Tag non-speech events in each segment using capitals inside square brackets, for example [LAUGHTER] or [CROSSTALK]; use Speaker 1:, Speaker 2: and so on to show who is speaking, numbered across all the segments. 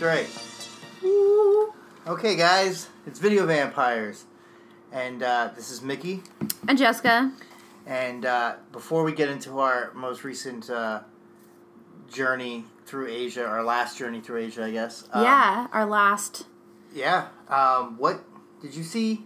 Speaker 1: Right. Okay, guys, it's Video Vampires. And uh, this is Mickey.
Speaker 2: And Jessica.
Speaker 1: And uh, before we get into our most recent uh, journey through Asia, our last journey through Asia, I guess. um,
Speaker 2: yeah, our last.
Speaker 1: Yeah. Um, what did you see?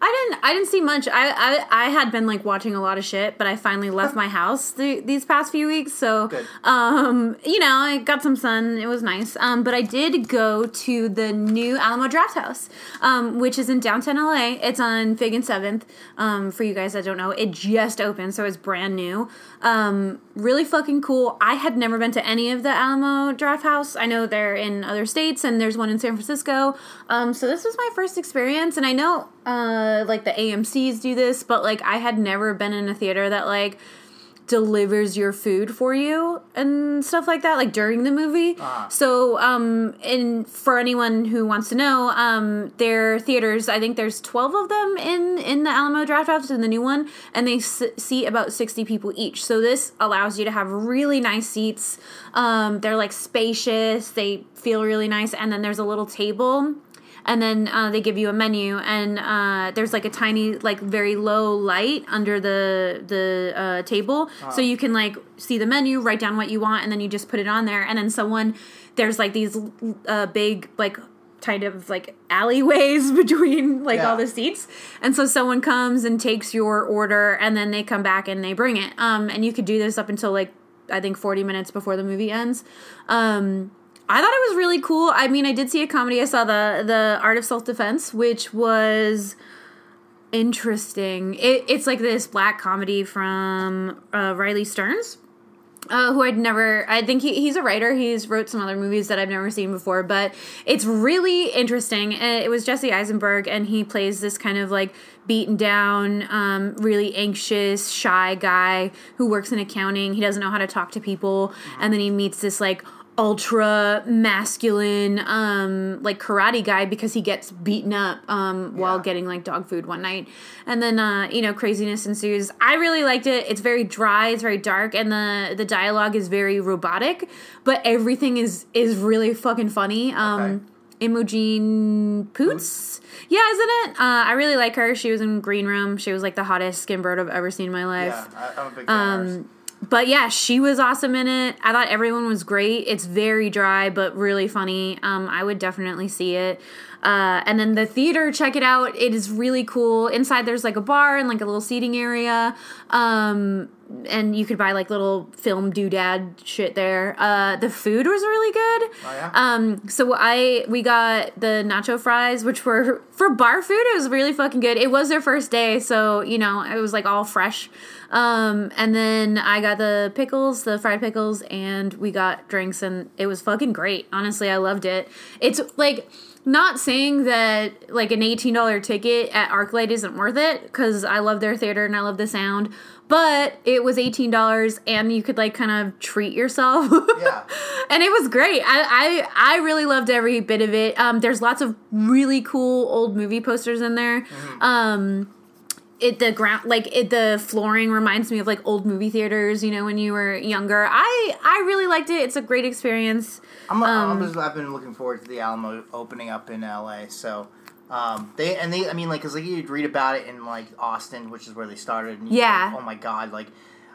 Speaker 2: I didn't. I didn't see much. I, I I had been like watching a lot of shit, but I
Speaker 1: [LAUGHS]
Speaker 2: finally left my house the, these past few weeks. So,
Speaker 1: Good.
Speaker 2: um, you know, I got some sun. It was nice. Um, but I did go to the new Alamo Draft House, um, which is in downtown LA. It's on Fig and Seventh. Um, for you guys that don't know, it just opened, so it's brand new. Um, really fucking cool. I had never been to any of the Alamo Draft House. I know they're in other states, and there's one in San Francisco. Um, so this was my first experience, and I know uh, like the AMC's do this, but like I had never been in a theater that like delivers your food for you and stuff like that like during the movie so um and for anyone who wants to know um their theaters i think there's 12 of them in in the alamo draft house in the new one and they s- seat about 60 people each so this allows you to have really nice seats um they're like spacious they feel really nice and then there's a little table and then uh, they give you a menu and uh, there's like a tiny like very low light under the the uh, table so you can like see the menu write down what you want and then you just put it on there and then someone there's like these uh, big like kind of like alleyways [LAUGHS] between like
Speaker 1: Yeah.
Speaker 2: all the seats and so someone comes and takes your order and then they come back and they bring it um and you could do this up until like i think 40 minutes before the movie ends um I thought it was really cool. I mean, I did see a comedy. I saw the the Art of Self Defense, which was interesting. It, it's like this black comedy from uh, Riley Stearns, uh, who I'd never. I think he, he's a writer. He's wrote some other movies that I've never seen before, but it's really interesting. Uh, It was Jesse Eisenberg, and he plays this kind of like beaten down, um, really anxious, shy guy who works in accounting. He doesn't know how to talk to people, and then he meets this like ultra masculine um like karate guy because he gets beaten up um while
Speaker 1: Yeah.
Speaker 2: getting like dog food one night and then uh you know craziness ensues i really liked it it's very dry it's very dark and the the dialogue is very robotic but everything is is really fucking funny um
Speaker 1: Okay.
Speaker 2: Imogen Poots. Yeah, isn't it? Uh, I really like her. She was in Green Room. She was like the hottest skin bird I've ever seen in my life.
Speaker 1: Yeah, I, I'm a big fan of ours.
Speaker 2: Um, but yeah, she was awesome in it. I thought everyone was great. It's very dry, but really funny. Um, I would definitely see it. Uh, and then the theater, check it out. It is really cool. Inside, there's like a bar and like a little seating area. Um, and you could buy like little film doodad shit there. Uh, the food was really good.
Speaker 1: Oh, yeah?
Speaker 2: Um, so I we got the nacho fries, which were for bar food. It was really fucking good. It was their first day, so you know it was like all fresh. Um, and then I got the pickles, the fried pickles, and we got drinks, and it was fucking great. Honestly, I loved it. It's like not saying that like an eighteen dollar ticket at ArcLight isn't worth it because I love their theater and I love the sound. But it was eighteen dollars, and you could like kind of treat yourself. [LAUGHS]
Speaker 1: yeah.
Speaker 2: and it was great. I, I I really loved every bit of it. Um, there's lots of really cool old movie posters in there. Um, it the ground like it the flooring reminds me of like old movie theaters. You know when you were younger. I I really liked it. It's a great experience.
Speaker 1: I'm,
Speaker 2: Um,
Speaker 1: I'm just, I've been looking forward to the Alamo opening up in LA. So um, they and they, I mean, like, cause like you'd read about it in like Austin, which is where they started. And you'd be
Speaker 2: Yeah.
Speaker 1: like, oh my god! Like,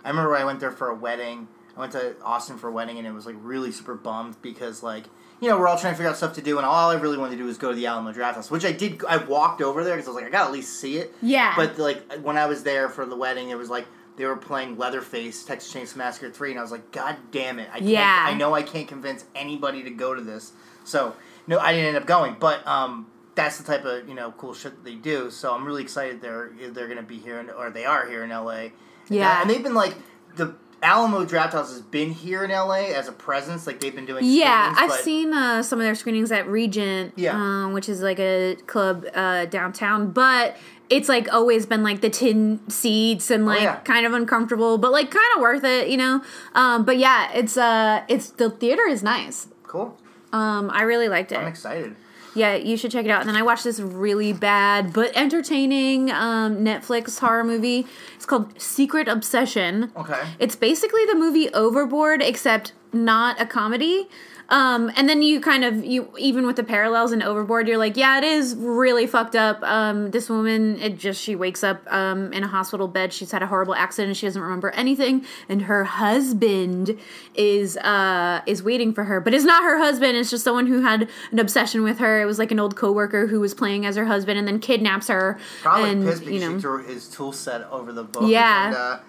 Speaker 1: I remember I went there for a wedding. I went to Austin for a wedding, and it was like really super bummed because like you know we're all trying to figure out stuff to do, and all I really wanted to do was go to the Alamo Draft House, which I did. I walked over there because I was like, I gotta at least see it.
Speaker 2: Yeah.
Speaker 1: But like when I was there for the wedding, it was like. They were playing Leatherface, Texas Chainsaw Massacre 3, and I was like, God damn it. I can't-
Speaker 2: Yeah.
Speaker 1: I know I can't convince anybody to go to this. So, no, I didn't end up going, but um, that's the type of, you know, cool shit that they do. So I'm really excited they're they're going to be here, in, or they are here in LA.
Speaker 2: Yeah.
Speaker 1: And they've been like, the Alamo Draft House has been here in LA as a presence. Like they've been doing.
Speaker 2: Yeah,
Speaker 1: screenings,
Speaker 2: I've
Speaker 1: but-
Speaker 2: seen uh, some of their screenings at Regent,
Speaker 1: Yeah.
Speaker 2: um, which is like a club uh, downtown, but it's like always been like the tin seats and like
Speaker 1: Oh, yeah.
Speaker 2: kind of uncomfortable, but like kind of worth it, you know. Um, but yeah, it's uh, it's the theater is nice.
Speaker 1: Cool.
Speaker 2: Um, I really liked
Speaker 1: I'm
Speaker 2: it.
Speaker 1: excited.
Speaker 2: Yeah, you should check it out. And then I watched this really bad but entertaining um, Netflix horror movie. It's called Secret Obsession.
Speaker 1: Okay.
Speaker 2: It's basically the movie Overboard, except not a comedy. Um, and then you kind of you even with the parallels in Overboard, you're like, yeah, it is really fucked up. Um, this woman, it just she wakes up um, in a hospital bed. She's had a horrible accident. She doesn't remember anything, and her husband is uh, is waiting for her, but it's not her husband. It's just someone who had an obsession with her. It was like an old coworker who was playing as her husband, and then kidnaps her.
Speaker 1: Probably
Speaker 2: and,
Speaker 1: pissed because
Speaker 2: you know,
Speaker 1: she threw his tool set over the book.
Speaker 2: Yeah.
Speaker 1: And, uh,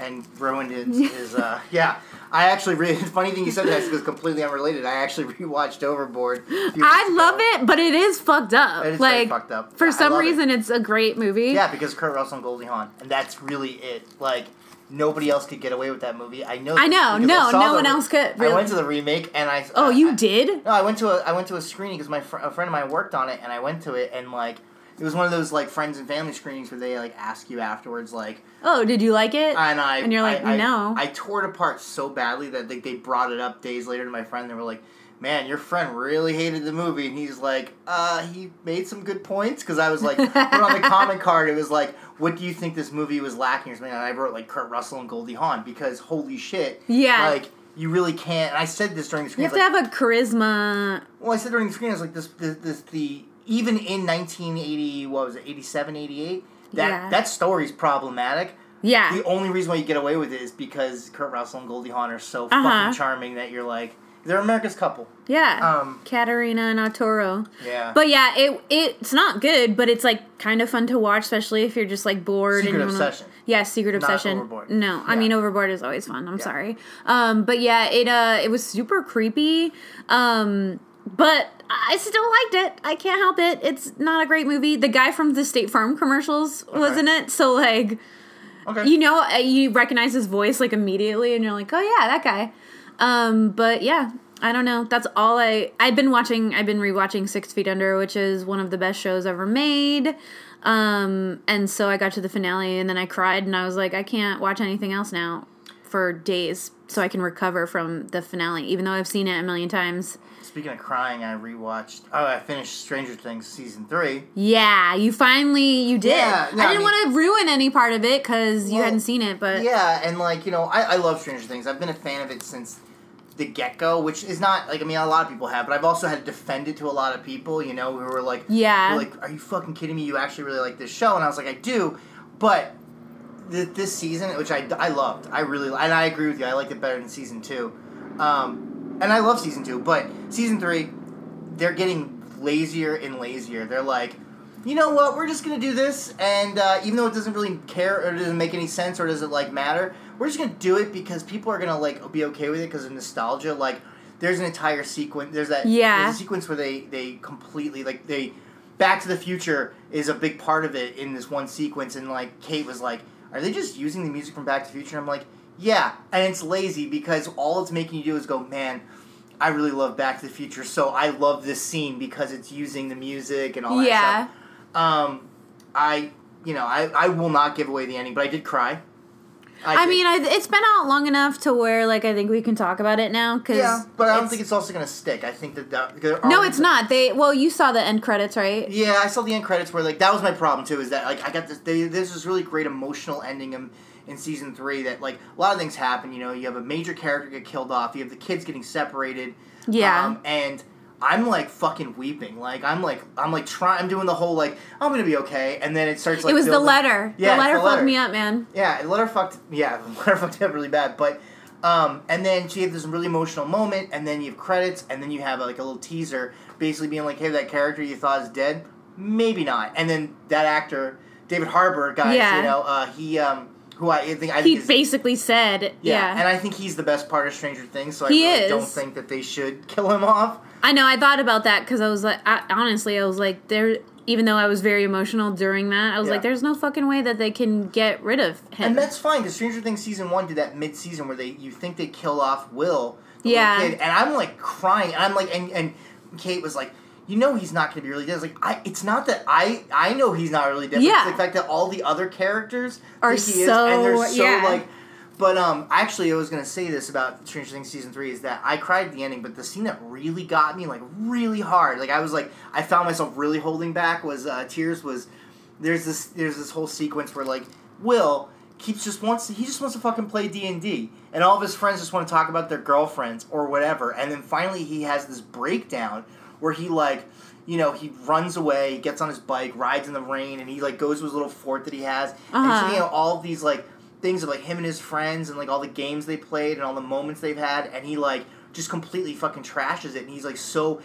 Speaker 1: and ruined
Speaker 2: [LAUGHS]
Speaker 1: his, his uh, yeah. I actually re- [LAUGHS] funny thing you said that because completely unrelated. I actually [LAUGHS] rewatched Overboard.
Speaker 2: I love it, but it is fucked up.
Speaker 1: It is very
Speaker 2: like
Speaker 1: fucked up.
Speaker 2: For
Speaker 1: Yeah, I
Speaker 2: some
Speaker 1: love it.
Speaker 2: reason, it's a great movie.
Speaker 1: Yeah, because Kurt Russell and Goldie Hawn, and that's really it. Like nobody else could get away with that movie. I know.
Speaker 2: I know,
Speaker 1: because
Speaker 2: no,
Speaker 1: saw
Speaker 2: no
Speaker 1: the-
Speaker 2: one else could,
Speaker 1: I
Speaker 2: really.
Speaker 1: went to the remake, and I.
Speaker 2: Oh,
Speaker 1: I-
Speaker 2: you
Speaker 1: I-
Speaker 2: did?
Speaker 1: No, I went to a I went to a screening because my fr- a friend of mine worked on it, and I went to it, and like it was one of those like friends and family screenings where they like ask you afterwards, like,
Speaker 2: Oh, did you like it?
Speaker 1: and I
Speaker 2: And you're like,
Speaker 1: I, I-
Speaker 2: no.
Speaker 1: I, tore it apart so badly that they, they brought it up days later to my friend. They were like, man, your friend really hated the movie, and he's like, uh, he made some good points because I was like, but on
Speaker 2: [LAUGHS]
Speaker 1: the comment card, it was like, what do you think this movie was lacking or something? And I wrote like Kurt Russell and Goldie Hawn because holy shit,
Speaker 2: Yeah.
Speaker 1: like. You really can't. And I said this during the
Speaker 2: you
Speaker 1: screen.
Speaker 2: have to have a charisma.
Speaker 1: Well, I said during the screen, I was like, this, this, this the even in 1980, what was it, 87, 88, that,
Speaker 2: Yeah.
Speaker 1: that story's problematic.
Speaker 2: Yeah.
Speaker 1: The only reason why you get away with it is because Kurt Russell and Goldie Hawn are so
Speaker 2: Uh-huh.
Speaker 1: fucking charming that you're like, they're America's couple.
Speaker 2: yeah.
Speaker 1: Um,
Speaker 2: Katerina and Arturo.
Speaker 1: Yeah.
Speaker 2: But yeah, it it's not good, but it's like kind of fun to watch, especially if you're just like bored.
Speaker 1: Secret
Speaker 2: and you wanna-
Speaker 1: Obsession.
Speaker 2: Yeah, Secret Obsession.
Speaker 1: Overboard.
Speaker 2: No, I
Speaker 1: Yeah.
Speaker 2: mean Overboard is always fun. I'm sorry, um, but yeah, it uh, it was super creepy, um, but I still liked it. I can't help it. It's not a great movie. The guy from the State Farm commercials was
Speaker 1: Okay.
Speaker 2: in it, so like
Speaker 1: okay.
Speaker 2: you know uh, you recognize his voice like immediately, and you're like, oh yeah, that guy. Um, but yeah. I don't know. That's all I. I've been watching. I've been rewatching Six Feet Under, which is one of the best shows ever made. Um, and so I got to the finale, and then I cried, and I was like, I can't watch anything else now for days, so I can recover from the finale, even though I've seen it a million times.
Speaker 1: Speaking of crying, I rewatched, oh, I finished Stranger Things season three.
Speaker 2: Yeah, you finally you did.
Speaker 1: Yeah, no,
Speaker 2: I
Speaker 1: I
Speaker 2: didn't
Speaker 1: mean-
Speaker 2: want to ruin any part of it because you
Speaker 1: Well,
Speaker 2: hadn't seen it, but
Speaker 1: Yeah, and like you know, I, I love Stranger Things. I've been a fan of it since the get go, which is not like I mean a lot of people have, but I've also had to defend it to a lot of people. You know, who were like,
Speaker 2: Yeah.
Speaker 1: who were like are you fucking kidding me? You actually really like this show? And I was like, I do, but th- this season, which I I loved, I really and I agree with you. I liked it better than season two, um, and I love season two, but season three, they're getting lazier and lazier. They're like, you know what? We're just gonna do this, and uh, even though it doesn't really care or it doesn't make any sense or doesn't like matter, we're just gonna do it because people are gonna like be okay with it because of nostalgia. Like, there's an entire sequence. There's that.
Speaker 2: Yeah.
Speaker 1: There's a sequence where they they completely like they. Back to the Future is a big part of it in this one sequence, and like Kate was like, "Are they just using the music from Back to the Future?" And I'm like, "Yeah," and it's lazy because all it's making you do is go, "Man, I really love Back to the Future, so I love this scene because it's using the music and all that
Speaker 2: Yeah.
Speaker 1: stuff. Um, I, you know, I, I will not give away the ending, but I did cry.
Speaker 2: I,
Speaker 1: did.
Speaker 2: mean, I, it's been out long enough to where like I think we can talk about it now. Cause
Speaker 1: yeah, but I don't think it's also going to stick. I think that, that there
Speaker 2: no,
Speaker 1: are-
Speaker 2: it's not. They well, you saw the end credits, right?
Speaker 1: Yeah, I saw the end credits where like that was my problem too. Is that like I got this? They, there's this really great emotional ending in, in season three that like a lot of things happen. You know, you have a major character get killed off. You have the kids getting separated. Um,
Speaker 2: Yeah.
Speaker 1: and I'm like fucking weeping. Like I'm like I'm like trying. I'm doing the whole like I'm gonna be okay. And then it starts. like
Speaker 2: it was the
Speaker 1: building-
Speaker 2: letter.
Speaker 1: Yeah,
Speaker 2: the
Speaker 1: it's
Speaker 2: letter fucked me up, man.
Speaker 1: yeah, the letter fucked. Yeah, [LAUGHS] the letter fucked up really bad. But, um, and then she had this really emotional moment, and then you have credits, and then you have like a little teaser, basically being like, "Hey, that character you thought is dead, maybe not." And then that actor, David Harbour, guys,
Speaker 2: Yeah.
Speaker 1: you know, uh, he, um, who I think I think
Speaker 2: He
Speaker 1: is-
Speaker 2: basically said, yeah.
Speaker 1: and I think he's the best part of Stranger Things. So I
Speaker 2: He
Speaker 1: really don't
Speaker 2: is.
Speaker 1: think that they should [LAUGHS] kill him off.
Speaker 2: I, know. I thought about that because I was like, I, honestly, I was like, there. even though I was very emotional during that, I was
Speaker 1: Yeah.
Speaker 2: like, "There's no fucking way that they can get rid of him."
Speaker 1: And that's fine because Stranger Things season one did that mid season where they you think they kill off Will, the little
Speaker 2: Yeah.
Speaker 1: kid, and I'm like crying. And I'm like, and, and Kate was like, you know, he's not going to be really dead. I was like, I, it's not that I I know he's not really dead. but
Speaker 2: Yeah.
Speaker 1: it's the fact that all the other characters
Speaker 2: Are
Speaker 1: think he is, and they're
Speaker 2: so-
Speaker 1: so
Speaker 2: yeah.
Speaker 1: like. But um, actually, I was gonna say this about Stranger Things season three is that I cried at the ending, but the scene that really got me like really hard, like I was like I found myself really holding back was uh, tears. Was there's this there's this whole sequence where like Will keeps just wants to, he just wants to fucking play D and D, and all of his friends just want to talk about their girlfriends or whatever, and then finally he has this breakdown where he like you know he runs away, he gets on his bike, rides in the rain, and he like goes to his little fort that he has, and he's
Speaker 2: Uh-huh.
Speaker 1: thinking of all of these like things of like him and his friends and like all the games they played and all the moments they've had and he like just completely fucking trashes it and he's like so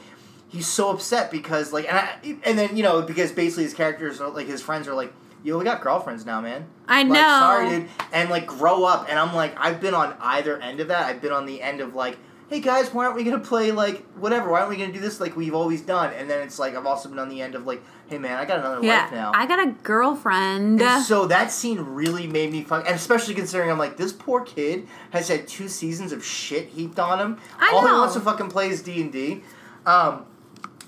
Speaker 1: he's so upset because like and I, and then you know because basically his characters are like his friends are like you only got girlfriends now man
Speaker 2: I
Speaker 1: Like,
Speaker 2: know.
Speaker 1: sorry dude and like grow up and i'm like i've been on either end of that i've been on the end of like hey guys why aren't we gonna play like whatever why aren't we gonna do this like we've always done and then it's like i've also been on the end of like hey man i got another
Speaker 2: yeah,
Speaker 1: life now
Speaker 2: I got a girlfriend.
Speaker 1: and so that scene really made me fuck, and especially considering I'm like, this poor kid has had two seasons of shit heaped on him.
Speaker 2: I
Speaker 1: All he
Speaker 2: know.
Speaker 1: wants to fucking play is D and D. Um,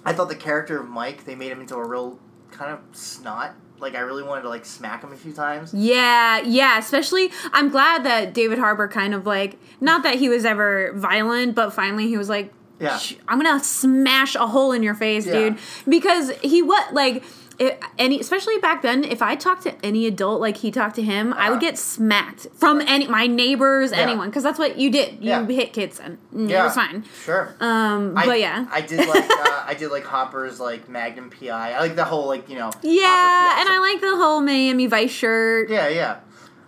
Speaker 1: I thought the character of Mike, they made him into a real kind of snot. Like I really wanted to like smack him a few times.
Speaker 2: Yeah, yeah. Especially, I'm glad that David Harbour kind of like, not that he was ever violent, but finally he was like,
Speaker 1: Yeah.
Speaker 2: "Sh- I'm gonna smash a hole in your face,
Speaker 1: Yeah.
Speaker 2: dude. Because he what like. It, any especially back then if i talked to any adult like he talked to him i would
Speaker 1: Uh-huh.
Speaker 2: get smacked from any my neighbors anyone because that's what you did you
Speaker 1: Yeah.
Speaker 2: hit kids and mm, it
Speaker 1: Yeah.
Speaker 2: was fine
Speaker 1: Sure.
Speaker 2: um
Speaker 1: I,
Speaker 2: but yeah
Speaker 1: I did
Speaker 2: [LAUGHS]
Speaker 1: like uh, I did like Hopper's like Magnum PI. I like the whole like you know.
Speaker 2: yeah
Speaker 1: Hopper PI.
Speaker 2: and i like the whole miami vice shirt
Speaker 1: Yeah, yeah.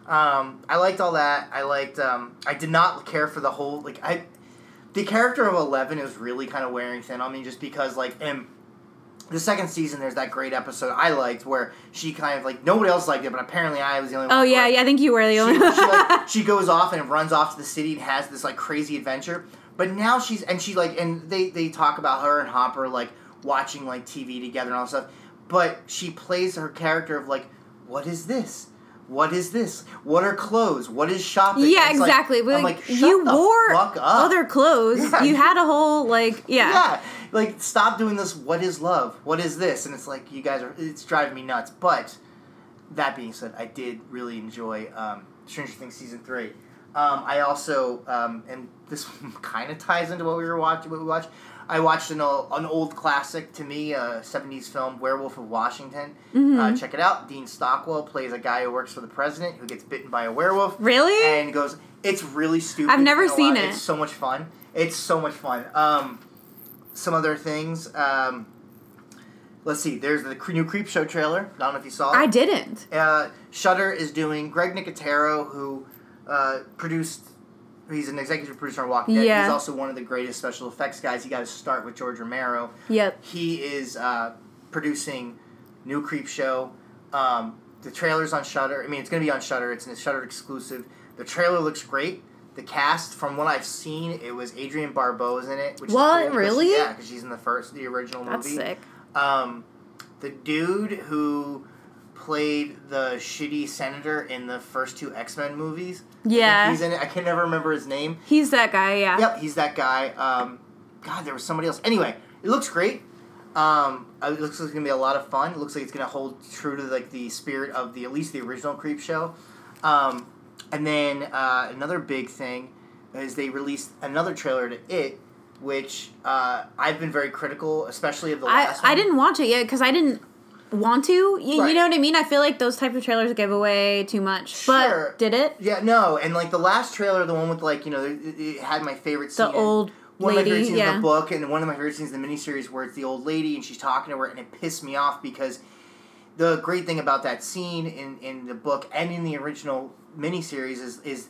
Speaker 1: Um, I liked all that. I liked. Um, I did not care for the whole like I. The character of Eleven is really kind of wearing thin on me, just because like in the second season, there's that great episode I liked where she kind of like nobody else liked it, but apparently I was the only one.
Speaker 2: oh
Speaker 1: who
Speaker 2: yeah
Speaker 1: liked it
Speaker 2: yeah i think you were the
Speaker 1: she,
Speaker 2: [LAUGHS] only
Speaker 1: she, like, she goes off and runs off to the city and has this like crazy adventure. But now she's and she like and they they talk about her and Hopper like watching like TV together and all that stuff. But she plays her character of like, what is this? What is this? What are clothes? What is shopping?
Speaker 2: Yeah,
Speaker 1: And it's like-
Speaker 2: exactly.
Speaker 1: I'm
Speaker 2: Like,
Speaker 1: like, "Shut
Speaker 2: you
Speaker 1: the
Speaker 2: wore
Speaker 1: fuck up."
Speaker 2: other clothes.
Speaker 1: Yeah.
Speaker 2: You had a whole like yeah.
Speaker 1: yeah like stop doing this what is love what is this and it's like you guys are it's driving me nuts but that being said i did really enjoy um, stranger things season three um, i also um, and this [LAUGHS] kind of ties into what we were watching what we watched i watched an, ol- an old classic to me uh, 70s film werewolf of washington uh, check it out dean stockwell plays a guy who works for the president who gets bitten by a werewolf
Speaker 2: Really?
Speaker 1: and goes, "It's really stupid."
Speaker 2: I've never
Speaker 1: and a
Speaker 2: seen
Speaker 1: lot-
Speaker 2: it.
Speaker 1: It's so much fun. It's so much fun. Um, some other things. Um, let's see. There's the cre- new Creep Show trailer. I don't know if you saw.
Speaker 2: I
Speaker 1: it.
Speaker 2: didn't.
Speaker 1: Uh, Shutter is doing Greg Nicotero, who uh, produced. He's an executive producer on Walking Dead.
Speaker 2: Yeah.
Speaker 1: He's also one of the greatest special effects guys. He got his start with George Romero.
Speaker 2: Yep.
Speaker 1: He is uh, producing new Creep Show. Um, the trailer's on Shutter. I mean, it's going to be on Shutter. It's a Shutter exclusive. The trailer looks great. The cast, from what I've seen, it was Adrian Barbeau is in it. Which is
Speaker 2: What?
Speaker 1: cool 'cause-
Speaker 2: Really?
Speaker 1: yeah, because she's in the first, the original
Speaker 2: That's
Speaker 1: movie.
Speaker 2: sick.
Speaker 1: Um, the dude who played the shitty senator in the first two X Men movies. I think
Speaker 2: Yeah.
Speaker 1: he's in it. I can never remember his name.
Speaker 2: He's that guy, yeah.
Speaker 1: Yep, he's that guy. Um, God, there was somebody else. Anyway, it looks great. Um, uh, it looks like it's gonna be a lot of fun. It looks like it's gonna hold true to like the spirit of the at least the original Creep Show. Um, and then uh, another big thing is they released another trailer to It, which uh, I've been very critical, especially of the
Speaker 2: I,
Speaker 1: last.
Speaker 2: I
Speaker 1: one.
Speaker 2: didn't watch it yet because I didn't want to. You, you
Speaker 1: Right.
Speaker 2: know what I mean? I feel like those type of trailers give away too much.
Speaker 1: Sure.
Speaker 2: But did it?
Speaker 1: Yeah, no, and like the last trailer, the one with like you know, it, it had my favorite scene.
Speaker 2: The old
Speaker 1: one of my favorite
Speaker 2: lady,
Speaker 1: scenes in
Speaker 2: yeah.
Speaker 1: the book, and one of my favorite scenes in the miniseries where it's the old lady and she's talking to her, and it pissed me off because the great thing about that scene in in the book and in the original miniseries is is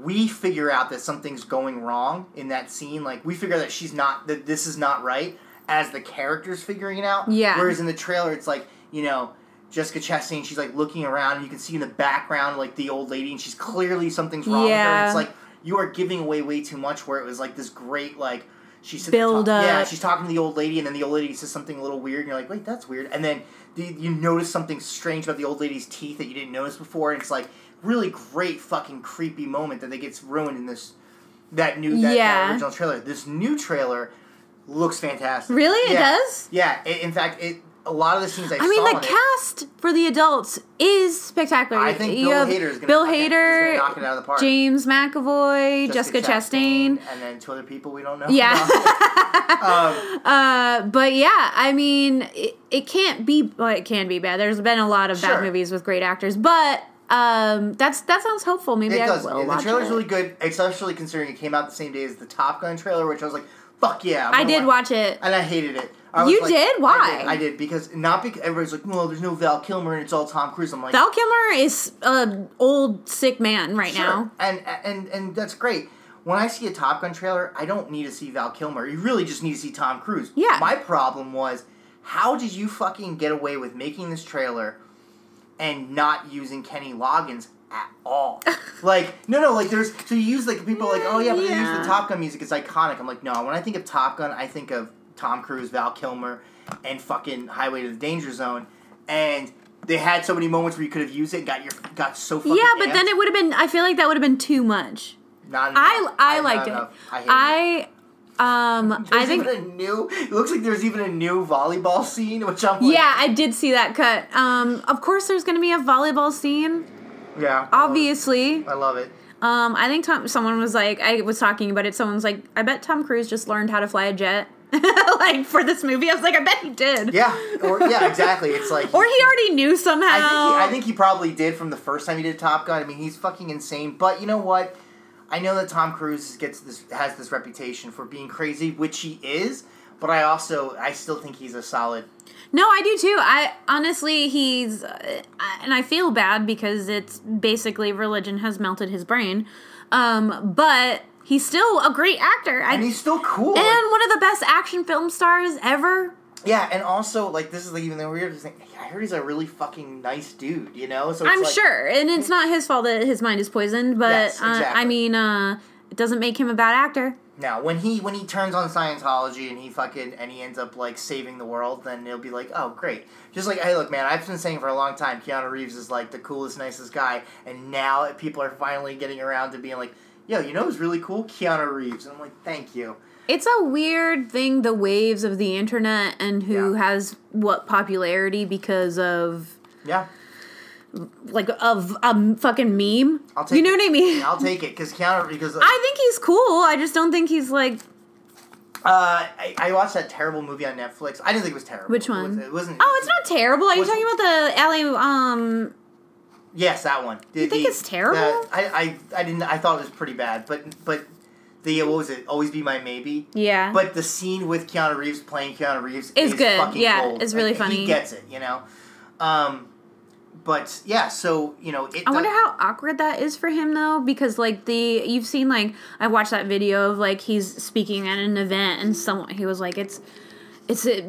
Speaker 1: we figure out that something's going wrong in that scene. Like we figure that she's not that this is not right as the characters figuring it out.
Speaker 2: Yeah.
Speaker 1: Whereas in the trailer, it's like you know. Jessica Chastain, she's like looking around, and you can see in the background like the old lady, and she's clearly something's wrong with her.
Speaker 2: Yeah.
Speaker 1: And it's like you are giving away way too much. Where it was like this great like she's at the
Speaker 2: build
Speaker 1: top- Yeah,
Speaker 2: up.
Speaker 1: she's talking to the old lady, and then the old lady says something a little weird, and you're like, wait, that's weird. And then the, you notice something strange about the old lady's teeth that you didn't notice before, and it's like really great fucking creepy moment that they gets ruined in this that new that, that
Speaker 2: Yeah.
Speaker 1: original trailer. This new trailer looks fantastic.
Speaker 2: Really? It
Speaker 1: Yeah.
Speaker 2: does?
Speaker 1: Yeah. It, in fact, it a lot of the scenes I,
Speaker 2: I mean,
Speaker 1: saw
Speaker 2: the
Speaker 1: in it-
Speaker 2: cast for the adults is spectacular.
Speaker 1: I think
Speaker 2: You
Speaker 1: Bill
Speaker 2: have
Speaker 1: Hader is gonna
Speaker 2: Bill
Speaker 1: fucking- is
Speaker 2: Hader,
Speaker 1: gonna knock it out of the park.
Speaker 2: James McAvoy, Jessica, Chastain.
Speaker 1: and then two other people we don't know.
Speaker 2: Yeah. [LAUGHS]
Speaker 1: um,
Speaker 2: Uh, but yeah, I mean, it, it can't be. Well, it can be bad. There's been a lot of
Speaker 1: Sure.
Speaker 2: bad movies with great actors, but um, that's that sounds hopeful.
Speaker 1: [LAUGHS]
Speaker 2: Maybe
Speaker 1: it
Speaker 2: I
Speaker 1: does.
Speaker 2: will
Speaker 1: The
Speaker 2: watch
Speaker 1: trailer's
Speaker 2: it.
Speaker 1: really good, especially considering it came out the same day as the Top Gun trailer, which I was like, "Fuck yeah!" I'm
Speaker 2: I
Speaker 1: gonna
Speaker 2: did watch it.
Speaker 1: and I hated it. I was
Speaker 2: You
Speaker 1: like-
Speaker 2: did?
Speaker 1: I
Speaker 2: Why?
Speaker 1: I did because not because everybody's like, "Well, there's no Val Kilmer and it's all Tom Cruise." I'm like,
Speaker 2: Val Kilmer is an old sick man right
Speaker 1: Sure.
Speaker 2: now.
Speaker 1: And and and that's great. When I see a Top Gun trailer, I don't need to see Val Kilmer. You really just need to see Tom Cruise.
Speaker 2: Yeah.
Speaker 1: My problem was, how did you fucking get away with making this trailer and not using Kenny Loggins at
Speaker 2: [LAUGHS]
Speaker 1: all? like, no, no, like there's so you use like people are like, oh yeah, but they use
Speaker 2: Yeah.
Speaker 1: the Top Gun music. It's iconic. I'm like, no. When I think of Top Gun, I think of Tom Cruise, Val Kilmer, and fucking Highway to the Danger Zone, and. They had so many moments where you could have used it and got your got so fucking
Speaker 2: Yeah, but
Speaker 1: amped.
Speaker 2: then it would have been. I feel like that would have been too much.
Speaker 1: Not
Speaker 2: I
Speaker 1: enough.
Speaker 2: I
Speaker 1: not
Speaker 2: liked it.
Speaker 1: enough. I, hate it.
Speaker 2: I um I
Speaker 1: There's
Speaker 2: think
Speaker 1: even a new. It looks like there's even a new volleyball scene, which I'm like,
Speaker 2: yeah I did see that cut. Um, of course there's gonna be a volleyball scene.
Speaker 1: yeah,
Speaker 2: Obviously,
Speaker 1: I love it.
Speaker 2: Um, I think Tom. Someone was like, I was talking about it. Someone's like, I bet Tom Cruise just learned how to fly a jet, [LAUGHS] like for this movie. I was like, I bet he did.
Speaker 1: Yeah, or yeah, exactly. It's like,
Speaker 2: [LAUGHS] Or he already knew somehow.
Speaker 1: I think he, I think he probably did from the first time he did Top Gun. I mean, he's fucking insane. But you know what? I know that Tom Cruise gets this has this reputation for being crazy, which he is. But I also I still think he's a solid.
Speaker 2: No, I do too. I honestly, he's, uh, I- and I feel bad because it's basically religion has melted his brain. Um, but he's still a great actor. I,
Speaker 1: And he's still cool. Like,
Speaker 2: and one of the best action film stars ever.
Speaker 1: yeah, and also like this is like even the weirdest thing. I heard he's a really fucking nice dude. You know, so it's
Speaker 2: I'm
Speaker 1: like-
Speaker 2: sure, and it's not his fault that his mind is poisoned. But
Speaker 1: Yes,
Speaker 2: uh,
Speaker 1: exactly.
Speaker 2: I mean, uh, it doesn't make him a bad actor.
Speaker 1: Now, when he when he turns on Scientology and he fucking and he ends up like saving the world, then it'll be like, oh great. Just like, hey, look, man, I've been saying for a long time, Keanu Reeves is like the coolest, nicest guy, and now people are finally getting around to being like, yo, you know who's really cool? Keanu Reeves. And I'm like, thank you.
Speaker 2: It's a weird thing, the waves of the internet and who
Speaker 1: Yeah.
Speaker 2: has what popularity because of
Speaker 1: Yeah,
Speaker 2: like of a um, fucking meme.
Speaker 1: I'll take
Speaker 2: you know
Speaker 1: it.
Speaker 2: what I mean?
Speaker 1: I'll take it because Keanu because uh,
Speaker 2: I think he's cool. I just don't think he's like
Speaker 1: uh, I, I watched that terrible movie on Netflix. I didn't think it was terrible.
Speaker 2: Which
Speaker 1: It was-
Speaker 2: one?
Speaker 1: It wasn't.
Speaker 2: Oh, it's not terrible. Are you
Speaker 1: Was-
Speaker 2: talking about the LA um
Speaker 1: Yes, that one. The-
Speaker 2: You think
Speaker 1: the-
Speaker 2: it's terrible?
Speaker 1: the- I, I I didn't. I thought it was pretty bad, but but the what was it? Always be my maybe.
Speaker 2: Yeah.
Speaker 1: But the scene with Keanu Reeves playing Keanu Reeves
Speaker 2: Is good,
Speaker 1: fucking
Speaker 2: yeah,
Speaker 1: gold.
Speaker 2: it's really
Speaker 1: Like, He
Speaker 2: funny.
Speaker 1: gets it, you know. Um, but yeah, so you know, it
Speaker 2: I wonder
Speaker 1: does-
Speaker 2: how awkward that is for him though, because like the you've seen like I watched that video of like he's speaking at an event and someone he was like it's it's uh,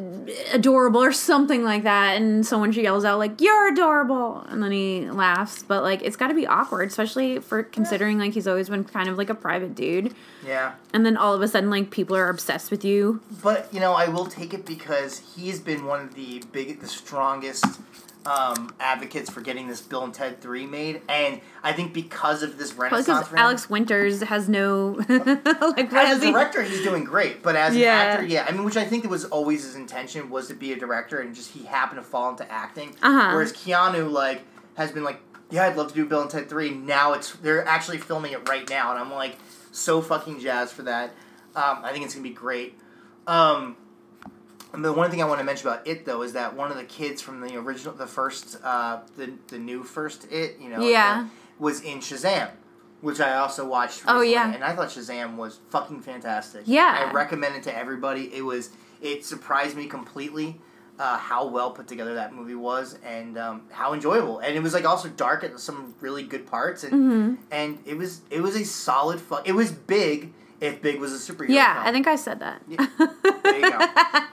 Speaker 2: adorable or something like that, and someone she yells out like you're adorable, and then he laughs. But like it's got to be awkward, especially for considering like he's always been kind of like a private dude,
Speaker 1: yeah.
Speaker 2: and then all of a sudden like people are obsessed with you.
Speaker 1: But you know, I will take it because he's been one of the big, the strongest um, advocates for getting this Bill and Ted Three made, and I think because of this
Speaker 2: Plus,
Speaker 1: renaissance,
Speaker 2: because
Speaker 1: for him-
Speaker 2: Alex Winters has no [LAUGHS] like what
Speaker 1: as
Speaker 2: has
Speaker 1: a
Speaker 2: he-
Speaker 1: director, he's doing great, but as
Speaker 2: Yeah.
Speaker 1: an actor, yeah, I mean, which I think was always his intention was to be a director, and just he happened to fall into acting.
Speaker 2: Uh-huh.
Speaker 1: Whereas Keanu, like, has been like, yeah, I'd love to do Bill and Ted Three. Now it's they're actually filming it right now, and I'm like, so fucking jazzed for that. Um, I think it's gonna be great. Um, and the one thing I want to mention about it though is that one of the kids from the original, the first, uh, the the new first it, you know,
Speaker 2: Yeah.
Speaker 1: was in Shazam, which I also watched.
Speaker 2: Oh,
Speaker 1: recently,
Speaker 2: yeah.
Speaker 1: and I thought Shazam was fucking fantastic.
Speaker 2: Yeah.
Speaker 1: I recommend it to everybody. It was it surprised me completely uh, how well put together that movie was and um, how enjoyable. And it was like also dark at some really good parts and
Speaker 2: Mm-hmm.
Speaker 1: and it was it was a solid fuck. It was big if big was a superhero.
Speaker 2: yeah,
Speaker 1: film. [LAUGHS]
Speaker 2: I think I said that. [LAUGHS]
Speaker 1: There you go.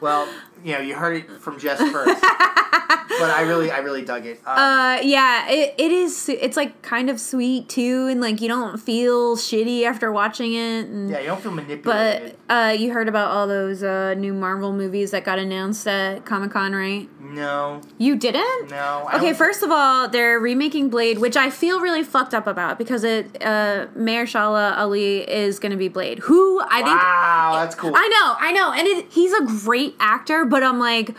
Speaker 1: well, you know, you heard it from Jess first. but I really, I really dug it. Um,
Speaker 2: Uh, yeah, it, it is. su- It's like kind of sweet too, and like you don't feel shitty after watching it. And,
Speaker 1: yeah, you don't feel
Speaker 2: But
Speaker 1: manipulated.
Speaker 2: uh, you heard about all those uh, new Marvel movies that got announced at Comic Con, right?
Speaker 1: no,
Speaker 2: You didn't?
Speaker 1: no. I
Speaker 2: Okay,
Speaker 1: don't-
Speaker 2: first of all, they're remaking Blade, which I feel really fucked up about because it uh, Mahershala Ali is going to be Blade, who I think
Speaker 1: Wow, that's cool.
Speaker 2: I know, I know, and it, he's a great actor, but I'm like,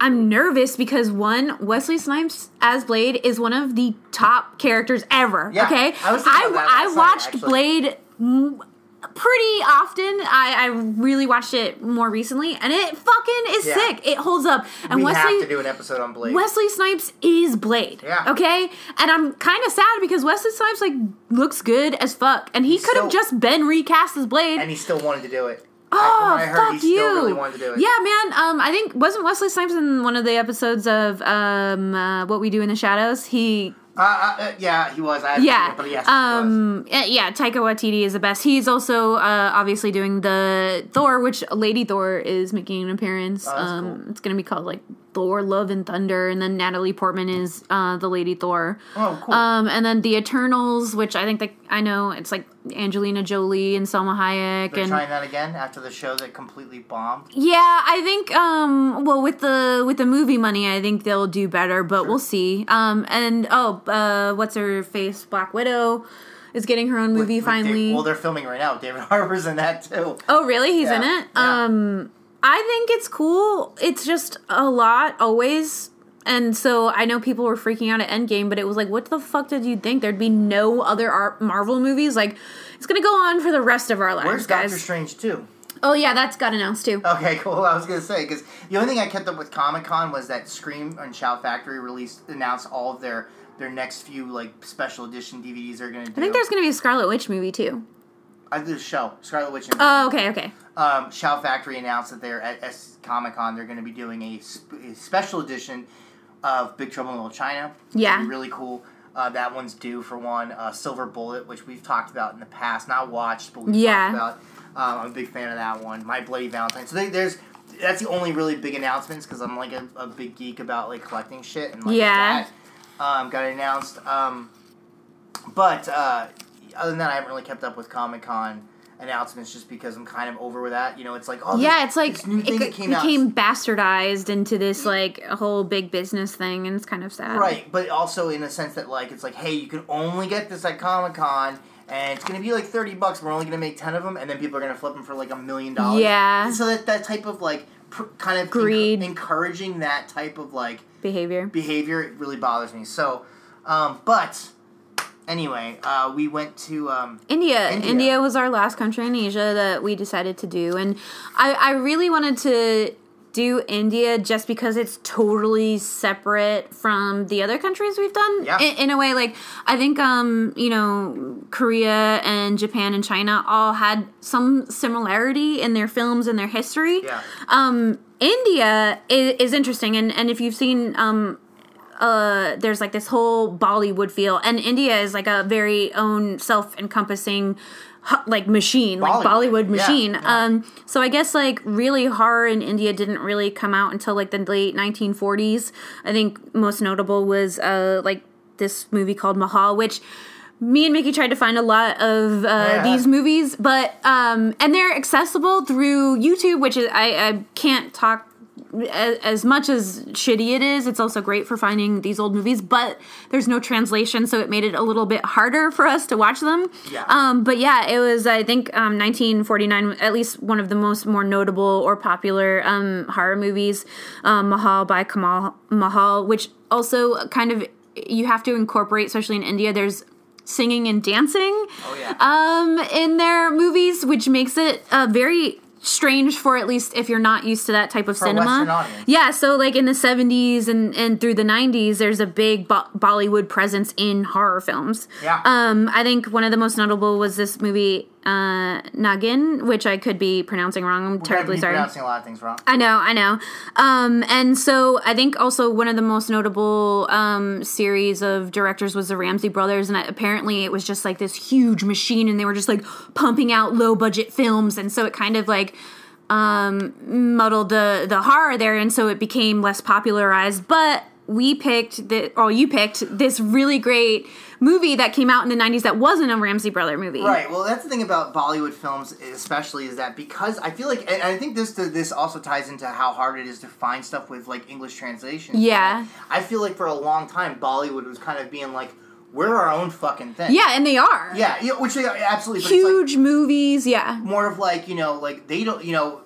Speaker 2: I'm nervous because one Wesley Snipes as Blade is one of the top characters ever.
Speaker 1: Yeah,
Speaker 2: okay,
Speaker 1: I was thinking about that
Speaker 2: I,
Speaker 1: last
Speaker 2: I
Speaker 1: night,
Speaker 2: watched
Speaker 1: actually.
Speaker 2: Blade m- pretty often. I, I really watched it more recently, and it fucking is
Speaker 1: Yeah.
Speaker 2: sick. It holds up, and
Speaker 1: we
Speaker 2: Wesley.
Speaker 1: have to do an episode on Blade.
Speaker 2: Wesley Snipes is Blade.
Speaker 1: Yeah.
Speaker 2: Okay? And I'm kind of sad because Wesley Snipes, like, looks good as fuck. And he could have
Speaker 1: so-
Speaker 2: just been recast as Blade.
Speaker 1: and he still wanted to do it.
Speaker 2: Oh,
Speaker 1: I, from what I heard,
Speaker 2: fuck
Speaker 1: he still
Speaker 2: you!
Speaker 1: really wanted to do it.
Speaker 2: Yeah, man. Um, I think wasn't Wesley Snipes in one of the episodes of um, uh, what we do in the shadows. He,
Speaker 1: Uh, uh, uh, yeah, he was. I haven't seen
Speaker 2: yeah,
Speaker 1: it, but yes, he was.
Speaker 2: um, yeah, yeah, Taika Waititi is the best. He's also uh, obviously doing the Thor, which Lady Thor is making an appearance.
Speaker 1: Oh, that's
Speaker 2: um,
Speaker 1: cool.
Speaker 2: it's gonna be called like Thor: Love and Thunder, and then Natalie Portman is uh, the Lady Thor.
Speaker 1: Oh, cool.
Speaker 2: Um, and then the Eternals, which I think that I know it's like Angelina Jolie and Selma Hayek
Speaker 1: They're
Speaker 2: and
Speaker 1: trying that again after the show that completely bombed.
Speaker 2: Yeah, I think um well with the with the movie money, I think they'll do better, but we'll see. Um and oh, uh what's her face? Black Widow is getting her own
Speaker 1: With-
Speaker 2: movie
Speaker 1: with Dave-
Speaker 2: finally.
Speaker 1: well, they're filming right now. David [LAUGHS] Harbour's in that too.
Speaker 2: oh, really? He's in
Speaker 1: Yeah,
Speaker 2: it?
Speaker 1: yeah.
Speaker 2: Um I think it's cool. It's just a lot always. And so I know people were freaking out at Endgame, but it was like, what the fuck did you think? There'd be no other Ar- Marvel movies? Like, it's gonna go on for the rest of our lives,
Speaker 1: Where's
Speaker 2: guys.
Speaker 1: Doctor Strange too?
Speaker 2: oh yeah, that's got announced too.
Speaker 1: Okay, [LAUGHS] cool. I was gonna say because the only thing I kept up with Comic Con was that Scream and Shout Factory released announced all of their their next few like special edition DVDs they're gonna do.
Speaker 2: I think there's gonna be a Scarlet Witch movie too.
Speaker 1: I did a show Scarlet Witch. And,
Speaker 2: Oh, okay, okay.
Speaker 1: um, Shout Factory announced that they're at S- Comic Con they're gonna be doing a, sp- a special edition of Big Trouble in Little China.
Speaker 2: Yeah.
Speaker 1: It'll be really cool. Uh, that one's due for one. Uh, Silver Bullet, which we've talked about in the past, not watched, but we've
Speaker 2: Yeah.
Speaker 1: talked about. Um, I'm a big fan of that one. My Bloody Valentine. So they, there's that's the only really big announcements because I'm like a, a big geek about like collecting shit and like
Speaker 2: Yeah.
Speaker 1: that um, got announced. Um, but uh, other than that, I haven't really kept up with Comic Con announcements just because I'm kind of over with that. You know, it's like oh this-
Speaker 2: yeah, it's like
Speaker 1: this new thing
Speaker 2: it
Speaker 1: that came out.
Speaker 2: became bastardized into this like whole big business thing, and it's kind of sad.
Speaker 1: Right, but also in the sense that like it's like, hey, you can only get this at Comic Con, and it's gonna be like thirty bucks. We're only gonna make ten of them, and then people are gonna flip them for like a million dollars.
Speaker 2: Yeah.
Speaker 1: So that that type of like pr- kind of enc-
Speaker 2: Greed.
Speaker 1: encouraging that type of like
Speaker 2: Behavior.
Speaker 1: behavior, it really bothers me. So, um, but anyway, uh, we went to um,
Speaker 2: India.
Speaker 1: India.
Speaker 2: India. was our last country in Asia that we decided to do. And I, I really wanted to do India just because it's totally separate from the other countries we've done
Speaker 1: Yeah.
Speaker 2: in, in a way. Like, I think, um, you know, Korea and Japan and China all had some similarity in their films and their history.
Speaker 1: yeah,
Speaker 2: um, India is, is interesting, and, and if you've seen, um, uh, there's like this whole Bollywood feel, and India is like a very own self-encompassing hu- like machine, like
Speaker 1: Bollywood.
Speaker 2: Bollywood
Speaker 1: Yeah,
Speaker 2: machine.
Speaker 1: yeah.
Speaker 2: Um, so I guess like really horror in India didn't really come out until like the late 1940s. I think most notable was uh, like this movie called Mahal, which. Me and Mickey tried to find a lot of uh,
Speaker 1: Yeah.
Speaker 2: these movies, but um, and they're accessible through YouTube, which is I, I can't talk as, as much as shitty it is. It's also great for finding these old movies, but there's no translation, so it made it a little bit harder for us to watch them.
Speaker 1: Yeah.
Speaker 2: Um, but yeah, it was I think um, 1949, at least one of the most more notable or popular um, horror movies, um, Mahal by Kamal Mahal, which also kind of you have to incorporate, especially in India. There's singing and dancing
Speaker 1: oh yeah.
Speaker 2: um, in their movies, which makes it uh, very strange for at least if you're not used to that type of
Speaker 1: a
Speaker 2: cinema.
Speaker 1: Western audience.
Speaker 2: Yeah, so like in the 70s and, and through the 90s, there's a big Bo- Bollywood presence in horror films.
Speaker 1: Yeah.
Speaker 2: Um, I think one of the most notable was this movie, uh, Nagin, which I could be pronouncing wrong. I'm
Speaker 1: Gotta
Speaker 2: terribly
Speaker 1: be
Speaker 2: sorry.
Speaker 1: pronouncing a lot of things wrong.
Speaker 2: I know, I know. Um, and so I think also one of the most notable um, series of directors was the Ramsey brothers, and I, apparently it was just like this huge machine, and they were just like pumping out low budget films, and so it kind of like um, muddled the the horror there, and so it became less popularized, but. we picked the or you picked this really great movie that came out in the 90s that wasn't a Ramsey brother movie.
Speaker 1: Right. Well, that's the thing about Bollywood films, especially, is that because I feel like, and I think this this also ties into how hard it is to find stuff with like English translation.
Speaker 2: Yeah.
Speaker 1: I feel like for a long time, Bollywood was kind of being like, we're our own fucking thing.
Speaker 2: Yeah, and they are.
Speaker 1: Yeah, yeah, which they are absolutely but it's like-
Speaker 2: Huge movies, yeah.
Speaker 1: more of like you know like they don't you know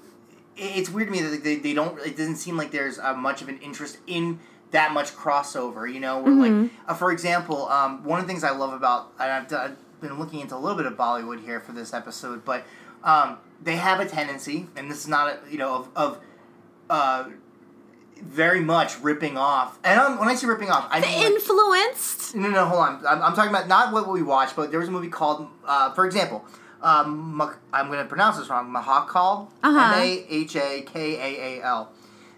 Speaker 1: it- it's weird to me that like, they, they don't it doesn't seem like there's uh, much of an interest in that much crossover you know where like uh, for example um, one of the things i love about and I've, done- I've been looking into a little bit of bollywood here for this episode but um, they have a tendency and this is not a, you know of, of uh, very much ripping off and i when i say ripping off i mean like-
Speaker 2: Influenced.
Speaker 1: no, no, hold on. I'm, I'm talking about not what we watched, but there was a movie called, uh, for example, um, Mah- I'm going to pronounce this wrong, Mahakal.
Speaker 2: Uh-huh.
Speaker 1: M-A-H-A-K-A-A-L.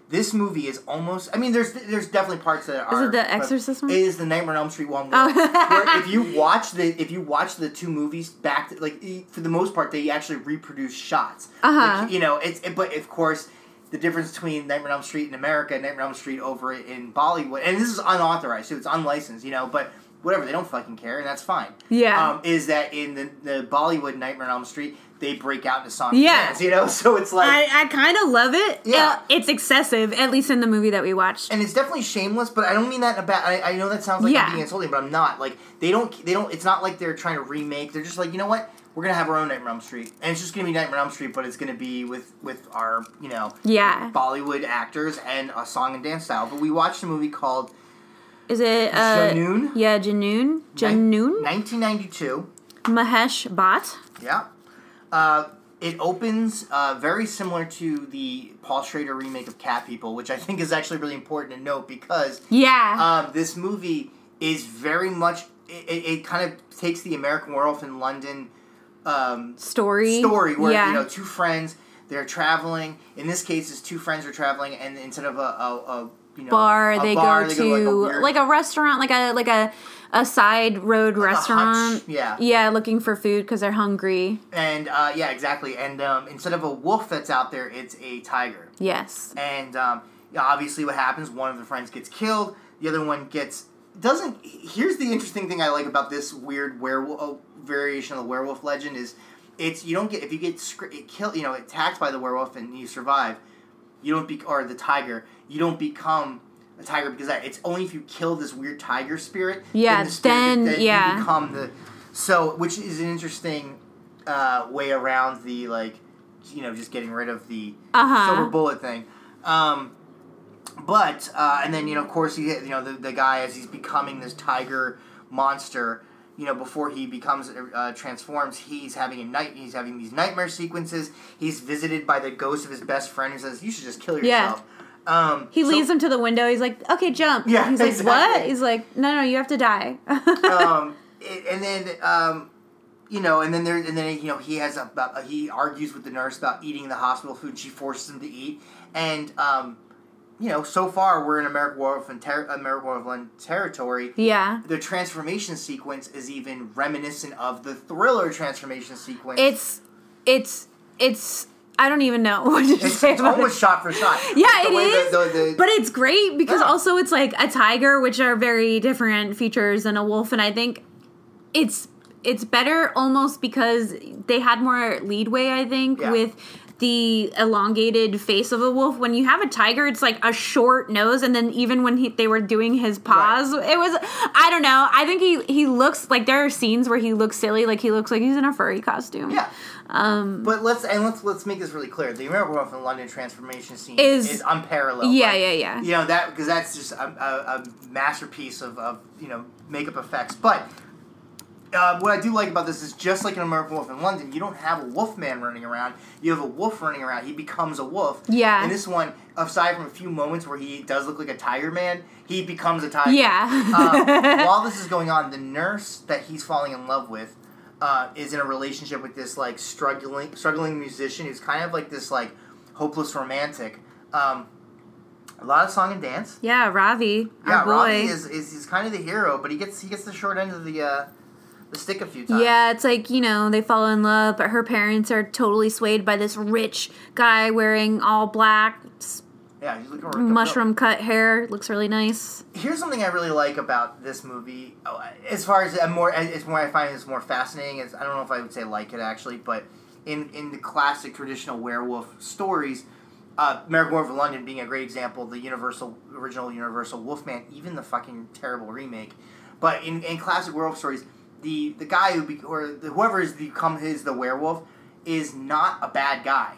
Speaker 1: This movie is almost. I mean, there's there's definitely parts that are.
Speaker 2: it the
Speaker 1: but
Speaker 2: Exorcist one?
Speaker 1: It is the Nightmare on Elm Street one. Where,
Speaker 2: Oh.
Speaker 1: where if you watch the if you watch the two movies back, to, like e- for the most part, they actually reproduce shots.
Speaker 2: Uh-huh.
Speaker 1: Like, you know, it's it, but of course. The difference between Nightmare on Elm Street in America and Nightmare on Elm Street over in Bollywood, and this is unauthorized, so it's unlicensed, you know, but whatever, they don't fucking care, and that's fine.
Speaker 2: Yeah.
Speaker 1: Um, is that in the, the Bollywood Nightmare on Elm Street, they break out into song
Speaker 2: Yeah.
Speaker 1: you know? [LAUGHS] So it's like.
Speaker 2: I, I kind of love it.
Speaker 1: Yeah.
Speaker 2: Uh, it's excessive, at least in the movie that we watched.
Speaker 1: and it's definitely shameless, but I don't mean that in a bad. I, I know that sounds like
Speaker 2: Yeah.
Speaker 1: I'm being insulting, but I'm not. Like they don't, they don't. It's not like they're trying to remake. They're just like, you know what? We're gonna have our own Nightmare on Elm Street, and it's just gonna be Nightmare on Elm Street, but it's gonna be with with our you know
Speaker 2: Yeah.
Speaker 1: Bollywood actors and a song and dance style. But we watched a movie called
Speaker 2: Is it uh
Speaker 1: Janoon?
Speaker 2: Yeah, Janoon. Janoon
Speaker 1: 1992.
Speaker 2: Mahesh Bhatt.
Speaker 1: Yeah. Uh, it opens uh, very similar to the Paul Schrader remake of Cat People, which I think is actually really important to note because
Speaker 2: Yeah.
Speaker 1: um, this movie is very much it, it, it kind of takes the American Werewolf in London um,
Speaker 2: story.
Speaker 1: story where
Speaker 2: yeah.
Speaker 1: you know two friends they're traveling. In this case, it's two friends are traveling, and instead of a, a, a you know
Speaker 2: bar
Speaker 1: a
Speaker 2: they
Speaker 1: bar,
Speaker 2: go
Speaker 1: they
Speaker 2: to
Speaker 1: go to like a, weird-
Speaker 2: like a restaurant like a like a a side road
Speaker 1: a hutch,
Speaker 2: restaurant
Speaker 1: yeah.
Speaker 2: yeah looking for food because they're hungry
Speaker 1: and uh, yeah exactly. And um, instead of a wolf that's out there, it's a tiger.
Speaker 2: yes
Speaker 1: And um, yeah, obviously, what happens? One of the friends gets killed. The other one gets doesn't. Here's the interesting thing I like about this weird werewolf oh, variation of the werewolf legend is, it's you don't get if you get scr- it kill you know attacked by the werewolf and you survive, you don't be or the tiger you don't become a tiger because that, it's only if you kill this weird tiger spirit.
Speaker 2: Yeah,
Speaker 1: the spirit-
Speaker 2: then-
Speaker 1: you
Speaker 2: yeah.
Speaker 1: become the so which is an interesting uh, way around the like you know just getting rid of the
Speaker 2: Uh-huh.
Speaker 1: silver bullet thing. Um, but uh, and then you know, of course, he you know the, the guy as he's becoming this tiger monster. You know, before he becomes uh, transforms, he's having a night. He's having these nightmare sequences. He's visited by the ghost of his best friend who says, "You should just kill
Speaker 2: Yeah.
Speaker 1: yourself." Um,
Speaker 2: he
Speaker 1: so-
Speaker 2: leads them to the window he's like okay jump
Speaker 1: Yeah,
Speaker 2: he's like what
Speaker 1: [LAUGHS] exactly.
Speaker 2: he's like no no you have to die [LAUGHS]
Speaker 1: um, it- and then um, you know, and then there, and then you know, he has a a- he argues with the nurse about eating the hospital food. She forces him to eat, and um, you know, so far we're in American War of ter- American War of Lon- territory.
Speaker 2: yeah
Speaker 1: The transformation sequence is even reminiscent of the thriller transformation sequence.
Speaker 2: it's it's it's i don't even know [LAUGHS] what to
Speaker 1: it's,
Speaker 2: say
Speaker 1: it's
Speaker 2: about it.
Speaker 1: almost shot for shot.
Speaker 2: [LAUGHS] Yeah,
Speaker 1: The
Speaker 2: it
Speaker 1: way
Speaker 2: is.
Speaker 1: the- the- the-
Speaker 2: but it's great because
Speaker 1: Yeah.
Speaker 2: also it's like a tiger, which are very different features than a wolf, and I think it's it's better almost because they had more leadway. I think
Speaker 1: Yeah.
Speaker 2: with the elongated face of a wolf. When you have a tiger, it's like a short nose, and then even when he, they were doing his paws, it was I don't know. I think he he looks like there are scenes where he looks silly, like he looks like he's in a furry costume.
Speaker 1: yeah. Um, but let's and let's let's make this really clear. The American War of London transformation scene
Speaker 2: Is-
Speaker 1: is, unparalleled.
Speaker 2: yeah,
Speaker 1: Like,
Speaker 2: yeah, yeah.
Speaker 1: you know that because that's just a, a, a masterpiece of, of you know makeup effects but uh, what I do like about this is just like in American Wolf in London, you don't have a wolf man running around. You have a wolf running around. He becomes a wolf.
Speaker 2: Yeah.
Speaker 1: In this one, aside from a few moments where he does look like a tiger man, he becomes a tiger.
Speaker 2: Yeah.
Speaker 1: um, while this is going on, the nurse that he's falling in love with uh, is in a relationship with this like struggling struggling musician who's kind of like this like hopeless romantic. Um, a lot of song and dance.
Speaker 2: [LAUGHS] Yeah, Ravi,
Speaker 1: Yeah,
Speaker 2: our boy.
Speaker 1: Robbie is, is he's kind of the hero, but he gets he gets the short end of the uh, the stick a few times.
Speaker 2: Yeah, it's like, you know, they fall in love, but her parents are totally swayed by this rich guy wearing all black, s-
Speaker 1: Yeah, he's like a-
Speaker 2: Mushroom cut hair looks really nice.
Speaker 1: Here's something I really like about this movie. Oh, I- As far as I'm more, it's more I find it's more fascinating. Is I don't know if I would say like it actually, but in in the classic traditional werewolf stories, uh, Merrick Wolf of London being a great example, the Universal original Universal Wolfman, even the fucking terrible remake. But in, in classic werewolf stories, the the guy who be, or the, whoever is become is the werewolf is not a bad guy.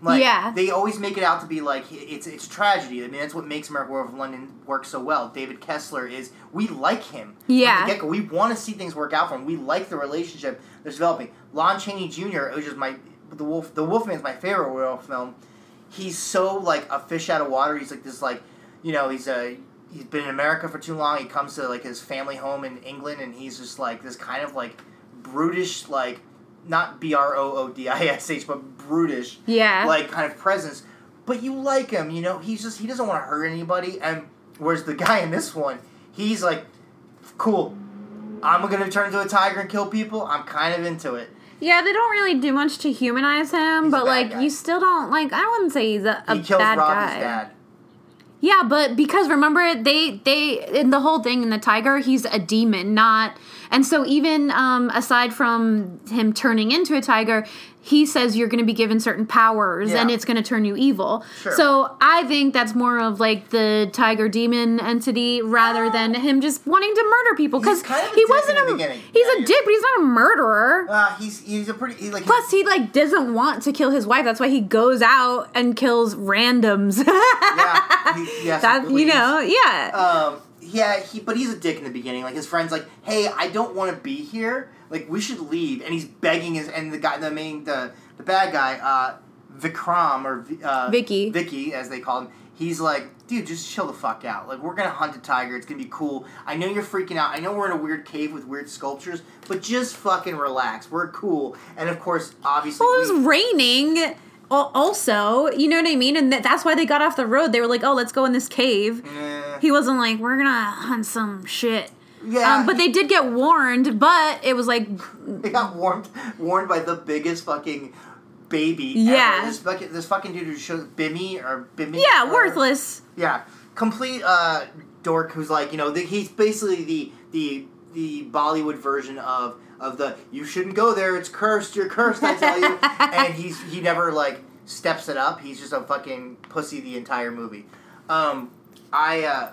Speaker 1: Like,
Speaker 2: Yeah.
Speaker 1: They always make it out to be like it's it's tragedy. I mean, that's what makes Merrick War of London work so well. David Kessler is we like him. from the
Speaker 2: Yeah.
Speaker 1: get-go. we want to see things work out for him. We like the relationship that's developing. Lon Chaney Jr. which is my the wolf the Wolfman's my favorite werewolf film. He's so like a fish out of water. He's like this like you know he's a he's been in America for too long. He comes to like his family home in England and he's just like this kind of like brutish like not B R O O D I S H but brutish
Speaker 2: Yeah.
Speaker 1: like kind of presence. But you like him, you know. He's just he doesn't want to hurt anybody. And whereas the guy in this one, he's like, cool. I'm gonna turn into a tiger and kill people. I'm kind of into it.
Speaker 2: yeah, they don't really do much to humanize him,
Speaker 1: He's a
Speaker 2: but
Speaker 1: bad
Speaker 2: like
Speaker 1: guy.
Speaker 2: you still don't like. I wouldn't say he's a, a
Speaker 1: He kills
Speaker 2: bad
Speaker 1: Robbie's
Speaker 2: guy.
Speaker 1: dad.
Speaker 2: Yeah, but because remember they they in the whole thing in the tiger, he's a demon, not and so even um, aside from him turning into a tiger, he says you're going to be given certain powers and
Speaker 1: Yeah.
Speaker 2: it's going to turn you evil.
Speaker 1: Sure.
Speaker 2: So I think that's more of like the tiger demon entity rather than him just wanting to murder people because
Speaker 1: He's kind of a
Speaker 2: he
Speaker 1: dick in
Speaker 2: wasn't
Speaker 1: the
Speaker 2: a
Speaker 1: beginning.
Speaker 2: he's
Speaker 1: Yeah,
Speaker 2: a
Speaker 1: he is.
Speaker 2: dick, but he's not a murderer.
Speaker 1: Uh, he's he's a pretty he's like
Speaker 2: Plus, he like doesn't want to kill his wife. That's why he goes out and kills randoms. [LAUGHS]
Speaker 1: yeah he, yes,
Speaker 2: that you
Speaker 1: please.
Speaker 2: know, yeah.
Speaker 1: Um, yeah, he but he's a dick in the beginning. Like his friends, like, hey, I don't want to be here. Like we should leave. And he's begging his and the guy, the main, the the bad guy, uh, Vikram or Vi- uh,
Speaker 2: Vicky.
Speaker 1: Vicky as they call him. He's like, dude, just chill the fuck out. Like we're gonna hunt a tiger. It's gonna be cool. I know you're freaking out. I know we're in a weird cave with weird sculptures, but just fucking relax. We're cool. And of course, obviously,
Speaker 2: Well, it
Speaker 1: we-
Speaker 2: was raining al- also you know what i mean and that that's why they got off the road they were like oh let's go in this cave
Speaker 1: Eh,
Speaker 2: he wasn't like we're gonna hunt some shit
Speaker 1: yeah,
Speaker 2: um, but they did get warned but it was like
Speaker 1: They got warned warned by the biggest fucking baby.
Speaker 2: Yeah.
Speaker 1: Ever. This fucking this fucking dude who shows Bimmy or Bimmy.
Speaker 2: yeah
Speaker 1: or-
Speaker 2: worthless
Speaker 1: Yeah, complete uh, dork who's like you know the, he's basically the the the Bollywood version of of the you shouldn't go there it's cursed you're cursed I tell
Speaker 2: [LAUGHS]
Speaker 1: you and he's he never like steps it up he's just a fucking pussy the entire movie. Um, I uh,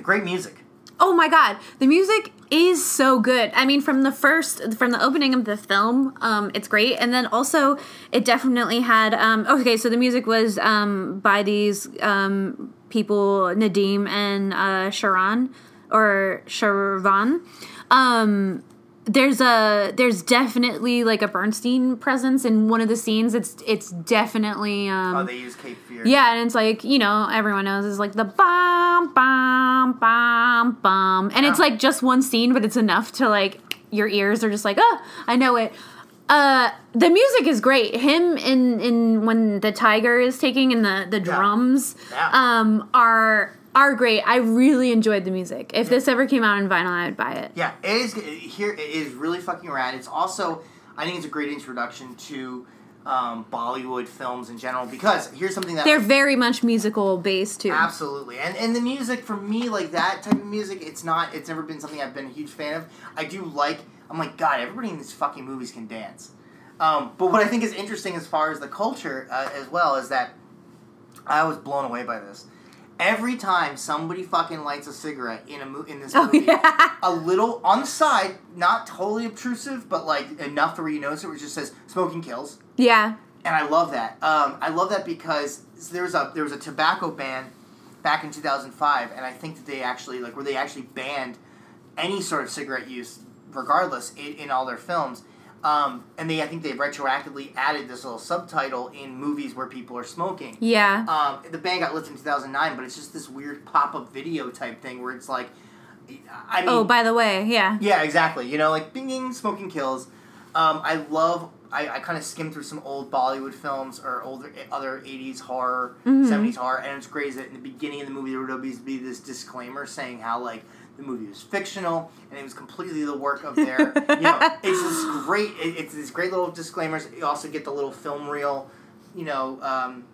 Speaker 1: great music.
Speaker 2: oh my god the music is so good i mean from the first from the opening of the film um, it's great and then also it definitely had um, okay so the music was um, by these um, people nadim and uh, sharon or sharvan um, there's a there's definitely like a bernstein presence in one of the scenes it's it's definitely um,
Speaker 1: Oh, they use Cape Fear.
Speaker 2: yeah, and it's like, you know, everyone knows it's like the bomb, bomb, bomb, bomb. And it's
Speaker 1: Yeah.
Speaker 2: like just one scene, but it's enough to like your ears are just like, oh, I know it. Uh, the music is great. Him in in when the tiger is taking and the the drums
Speaker 1: Yeah.
Speaker 2: um are are great. I really enjoyed the music. If this ever came out in vinyl, I would buy it.
Speaker 1: Yeah, it is it- here. It is really fucking rad. It's also, I think, it's a great introduction to um, Bollywood films in general because here's something that
Speaker 2: They're very much musical based too.
Speaker 1: absolutely and and the music for me like that type of music. It's not. It's never been something I've been a huge fan of. I do like. I'm like God. Everybody in these fucking movies can dance. Um, but what I think is interesting as far as the culture uh, as well is that I was blown away by this. Every time somebody fucking lights a cigarette in a mo- in this
Speaker 2: Oh, [LAUGHS]
Speaker 1: movie,
Speaker 2: yeah.
Speaker 1: a little on the side, not totally obtrusive, but like enough to where you notice it, where it just says "smoking kills,"
Speaker 2: Yeah.
Speaker 1: and I love that. Um, I love that because there was a there was a tobacco ban back in 2005, and I think that they actually like where they actually banned any sort of cigarette use, regardless, in, in all their films. Um, and they, I think, they retroactively added this little subtitle in movies where people are smoking.
Speaker 2: Yeah.
Speaker 1: Um, the band got lifted in 2009, but it's just this weird pop-up video type thing where it's like, I mean,
Speaker 2: oh, by the way, yeah.
Speaker 1: yeah, exactly. You know, like bing, bing, smoking kills. Um, I love. I, I kind of skimmed through some old Bollywood films or older eh, other '80s horror, '70s horror, and it's crazy that in the beginning of the movie there would always be this disclaimer saying how like the movie was fictional and it was completely the work of their. you know, it's this great. It, it's these great little disclaimers. You also get the little film reel, you know, um,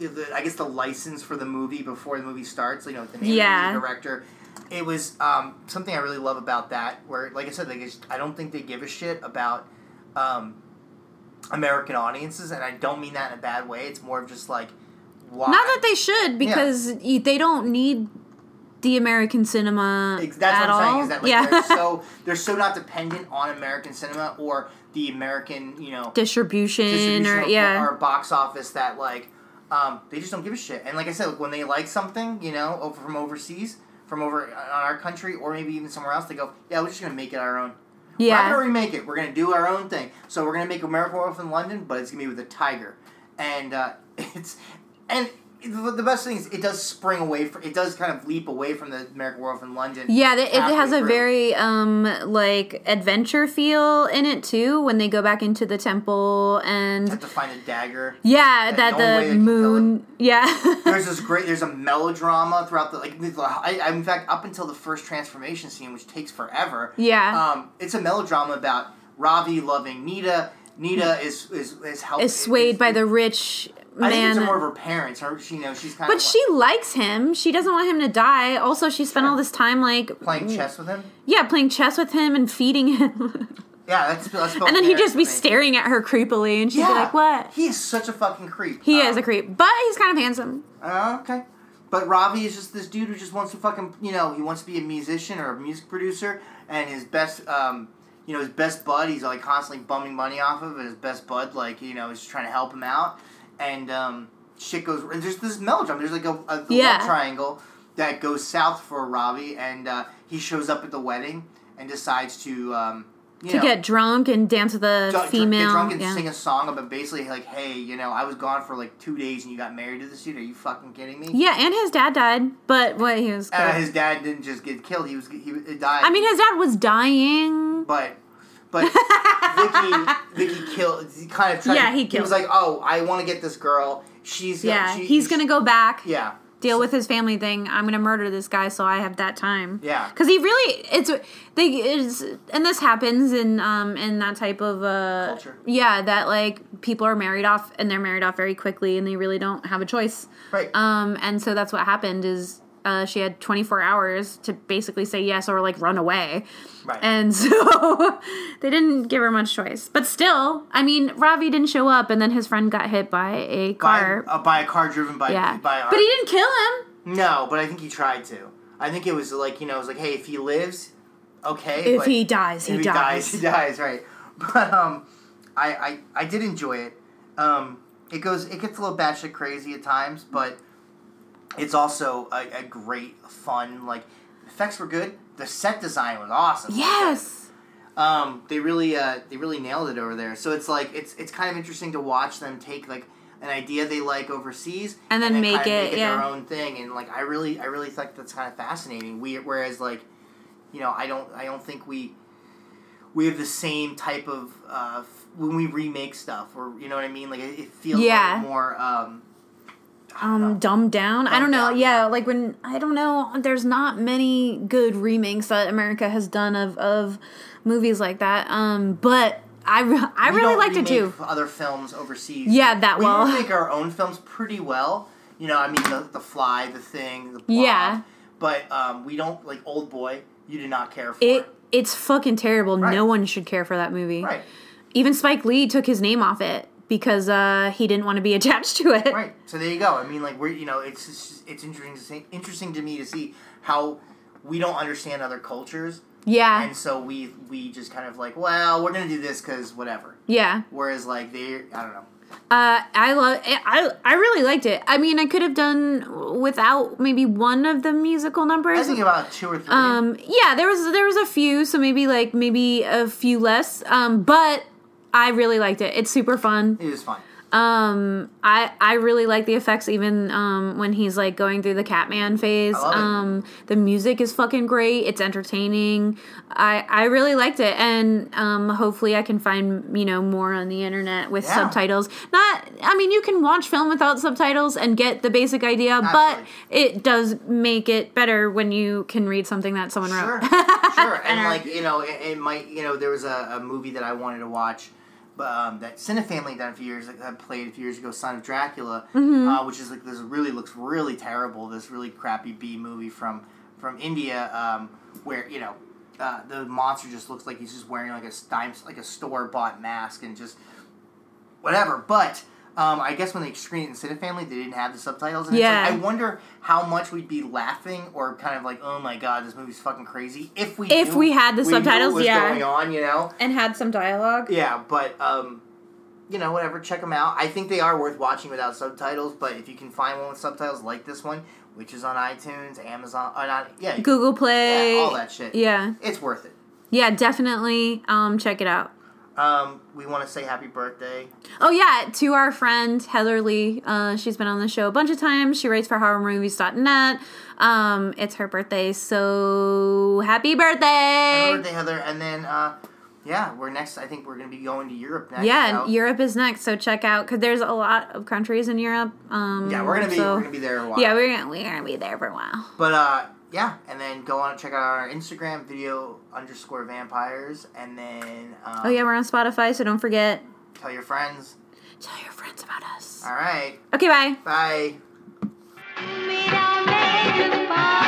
Speaker 1: the, the, I guess the license for the movie before the movie starts. You know, the name
Speaker 2: Yeah.
Speaker 1: of the director. It was um, something I really love about that. Where, like I said, they just, I don't think they give a shit about um, American audiences, and I don't mean that in a bad way. It's more of just like why.
Speaker 2: Not that they should, because y they don't need the American cinema
Speaker 1: Ex- That's
Speaker 2: at
Speaker 1: what I'm
Speaker 2: all.
Speaker 1: saying. Is that like
Speaker 2: yeah,
Speaker 1: they're so they're so not dependent on American cinema or the American you know
Speaker 2: [LAUGHS] distribution,
Speaker 1: distribution
Speaker 2: or
Speaker 1: or,
Speaker 2: yeah,
Speaker 1: or box office that like um, they just don't give a shit. And like I said, like, when they like something, you know, over from overseas, from over uh, on our country or maybe even somewhere else, they go, yeah, we're just gonna make it our own. We're not
Speaker 2: yeah.
Speaker 1: gonna remake it. We're gonna do our own thing. So we're gonna make American Werewolf in London, but it's gonna be with a tiger, and uh, [LAUGHS] it's and the the best thing is it does spring away. From, it does kind of leap away from the American Werewolf in London.
Speaker 2: Yeah, th- it
Speaker 1: halfway
Speaker 2: has a
Speaker 1: through.
Speaker 2: very um like adventure feel in it too when they go back into the temple and
Speaker 1: have to find a dagger.
Speaker 2: yeah,
Speaker 1: the
Speaker 2: that
Speaker 1: only way they
Speaker 2: the
Speaker 1: can kill
Speaker 2: moon yeah. [LAUGHS]
Speaker 1: There's this great. There's a melodrama throughout the like. the- I, I, in fact, up until the first transformation scene, which takes forever.
Speaker 2: Yeah.
Speaker 1: Um, it's a melodrama about Ravi loving Nita. Nita is is is helped.
Speaker 2: Mm. is swayed by the rich
Speaker 1: I think it's
Speaker 2: man.
Speaker 1: more of her parents. Her, she, you know, she's kind
Speaker 2: But
Speaker 1: of
Speaker 2: she likes him. She doesn't want him to die. Also, she spent all this time like
Speaker 1: playing chess with him.
Speaker 2: yeah, playing chess with him and feeding him. [LAUGHS]
Speaker 1: Yeah, that's, that's
Speaker 2: and then he'd
Speaker 1: parents
Speaker 2: just be
Speaker 1: for me.
Speaker 2: staring at her creepily and she'd
Speaker 1: Yeah.
Speaker 2: be like, "What?"
Speaker 1: He is such a fucking creep.
Speaker 2: He
Speaker 1: Um,
Speaker 2: is a creep, but he's kind of handsome.
Speaker 1: Uh, okay. But Ravi is just this dude who just wants to fucking, you know, he wants to be a musician or a music producer, and his best, um, you know, his best bud, he's like constantly bumming money off of, and his best bud, like, you know, is trying to help him out, and um, shit goes. And there's this melodrama. There's like a, a
Speaker 2: Yeah.
Speaker 1: love triangle that goes south for Ravi, and uh, he shows up at the wedding and decides to, um, you
Speaker 2: To
Speaker 1: know,
Speaker 2: get drunk and dance with a
Speaker 1: dr-
Speaker 2: female.
Speaker 1: get drunk and
Speaker 2: yeah.
Speaker 1: sing a song about basically like, hey, you know, I was gone for like two days and you got married to this dude. Are you fucking kidding me?
Speaker 2: Yeah, and his dad died, but what he was.
Speaker 1: Uh,
Speaker 2: good.
Speaker 1: his dad didn't just get killed; he was he he died.
Speaker 2: Oh. I mean, his dad was dying.
Speaker 1: but
Speaker 2: [LAUGHS]
Speaker 1: but Vicky Vicky killed. He kind of tried.
Speaker 2: Yeah,
Speaker 1: to-
Speaker 2: he
Speaker 1: He was
Speaker 2: killed.
Speaker 1: like, "Oh, I want to get this girl. She's
Speaker 2: Yeah,
Speaker 1: she-
Speaker 2: he's gonna go back.
Speaker 1: yeah
Speaker 2: Deal with his family thing. I'm gonna murder this guy, so I have that time.
Speaker 1: Yeah.
Speaker 2: because he really it's they is and this happens in um in that type of uh
Speaker 1: Culture.
Speaker 2: Yeah, that like people are married off and they're married off very quickly and they really don't have a choice.
Speaker 1: right.
Speaker 2: Um, and so that's what happened is uh, she had 24 hours to basically say yes or like run away.
Speaker 1: Right.
Speaker 2: And [LAUGHS] so they didn't give her much choice. But still, I mean, Ravi didn't show up, and then his friend got hit by
Speaker 1: by,
Speaker 2: a car.
Speaker 1: uh, by a car driven by
Speaker 2: yeah.
Speaker 1: by a-
Speaker 2: but he didn't kill him.
Speaker 1: no, but I think he tried to. I think it was like you know, it was like, hey, if he lives, okay.
Speaker 2: If
Speaker 1: but
Speaker 2: he dies,
Speaker 1: if
Speaker 2: he,
Speaker 1: he
Speaker 2: dies.
Speaker 1: he dies. Right. [LAUGHS] But um, I I I did enjoy it. Um, it goes it gets a little batshit crazy at times, but. it's also a, a great fun like effects were good the set design was awesome
Speaker 2: Yes.
Speaker 1: um they really uh they really nailed it over there so it's like it's it's kind of interesting to watch them take like an idea they like overseas
Speaker 2: And then make
Speaker 1: kinda
Speaker 2: it, yeah.
Speaker 1: their own thing and like i really i really think that's kind of fascinating we whereas like you know i don't i don't think we we have the same type of uh f- when we remake stuff or you know what i mean like it, it feels a little
Speaker 2: Yeah.
Speaker 1: more um
Speaker 2: Um, dumbed down. I don't
Speaker 1: Dumbed
Speaker 2: know.
Speaker 1: down.
Speaker 2: Yeah, like when I don't know. There's not many good remakes that America has done of of movies like that. Um, but I re- I
Speaker 1: We
Speaker 2: really
Speaker 1: don't
Speaker 2: liked it
Speaker 1: remake
Speaker 2: too.
Speaker 1: Other films overseas.
Speaker 2: Yeah, that
Speaker 1: we
Speaker 2: well.
Speaker 1: remake our own films pretty well. You know, I mean, the, the Fly, the Thing, the Blob.
Speaker 2: Yeah.
Speaker 1: But um, we don't like Old Boy. You did not care for
Speaker 2: It it's fucking terrible.
Speaker 1: Right.
Speaker 2: No one should care for that movie.
Speaker 1: Right.
Speaker 2: Even Spike Lee took his name off it because uh, he didn't want to be [LAUGHS] attached to it.
Speaker 1: Right. So there you go. I mean, like we're you know, it's just- it's interesting to see, interesting to me to see how we don't understand other cultures,
Speaker 2: Yeah.
Speaker 1: and so we we just kind of like, well, we're gonna do this because whatever.
Speaker 2: yeah.
Speaker 1: Whereas like they, I don't know.
Speaker 2: Uh, I love. I I really liked it. I mean, I could have done without maybe one of the musical numbers.
Speaker 1: I think about two or three.
Speaker 2: um. Yeah. There was there was a few. So maybe like maybe a few less. Um. But I really liked it. It's super fun.
Speaker 1: it was fun.
Speaker 2: Um, I I really like the effects even um when he's like going through the Catman phase.
Speaker 1: love it.
Speaker 2: Um, the music is fucking great. It's entertaining. I I really liked it, and um, hopefully I can find you know more on the internet with
Speaker 1: Yeah.
Speaker 2: subtitles. Not, I mean, you can watch film without subtitles and get the basic idea,
Speaker 1: Absolutely.
Speaker 2: but it does make it better when you can read something that someone wrote. [LAUGHS]
Speaker 1: Sure, sure. And like you know, it, it might you know there was a, a movie that I wanted to watch um, that Cine family done a few years that played a few years ago, Son of Dracula,
Speaker 2: Mm-hmm.
Speaker 1: uh, which is like this really looks really terrible. This really crappy B movie from from India, um, where you know uh, the monster just looks like he's just wearing like a dime, like a store bought mask and just whatever. But um, I guess when they screened it in Cine Family, they didn't have the subtitles. And it's
Speaker 2: Yeah.
Speaker 1: like, I wonder how much we'd be laughing or kind of like, oh my god, this movie's fucking crazy. If we
Speaker 2: If
Speaker 1: knew-
Speaker 2: we had the
Speaker 1: knew what
Speaker 2: subtitles,
Speaker 1: was
Speaker 2: yeah.
Speaker 1: going on, you know,
Speaker 2: and had some dialogue.
Speaker 1: yeah. But um, you know, whatever. Check them out. I think they are worth watching without subtitles. But if you can find one with subtitles like this one, which is on iTunes, Amazon, or not, yeah,
Speaker 2: Google Play,
Speaker 1: Yeah, all that shit.
Speaker 2: Yeah,
Speaker 1: it's worth it.
Speaker 2: yeah, definitely. Um, check it out.
Speaker 1: Um, we want to say happy birthday.
Speaker 2: Oh yeah, to our friend Heather Lee. Uh, she's been on the show a bunch of times. She writes for horrormovies.net. Um, it's her birthday, so happy
Speaker 1: Happy
Speaker 2: birthday!
Speaker 1: birthday, Heather. And then, uh, yeah, we're next. I think we're going to be going to Europe next.
Speaker 2: Yeah,
Speaker 1: so-
Speaker 2: and Europe is next, so check out because there's a lot of countries in Europe. Um,
Speaker 1: Yeah, we're gonna be
Speaker 2: so-
Speaker 1: we're gonna be there a while.
Speaker 2: yeah, we're gonna we're gonna be there for a while.
Speaker 1: but uh, yeah, and then go on and check out our Instagram video underscore vampires, and then um,
Speaker 2: Oh yeah, we're on Spotify, so don't forget
Speaker 1: tell your friends.
Speaker 2: tell your friends about us.
Speaker 1: All right,
Speaker 2: Okay, bye.
Speaker 1: bye.
Speaker 3: मेरा महक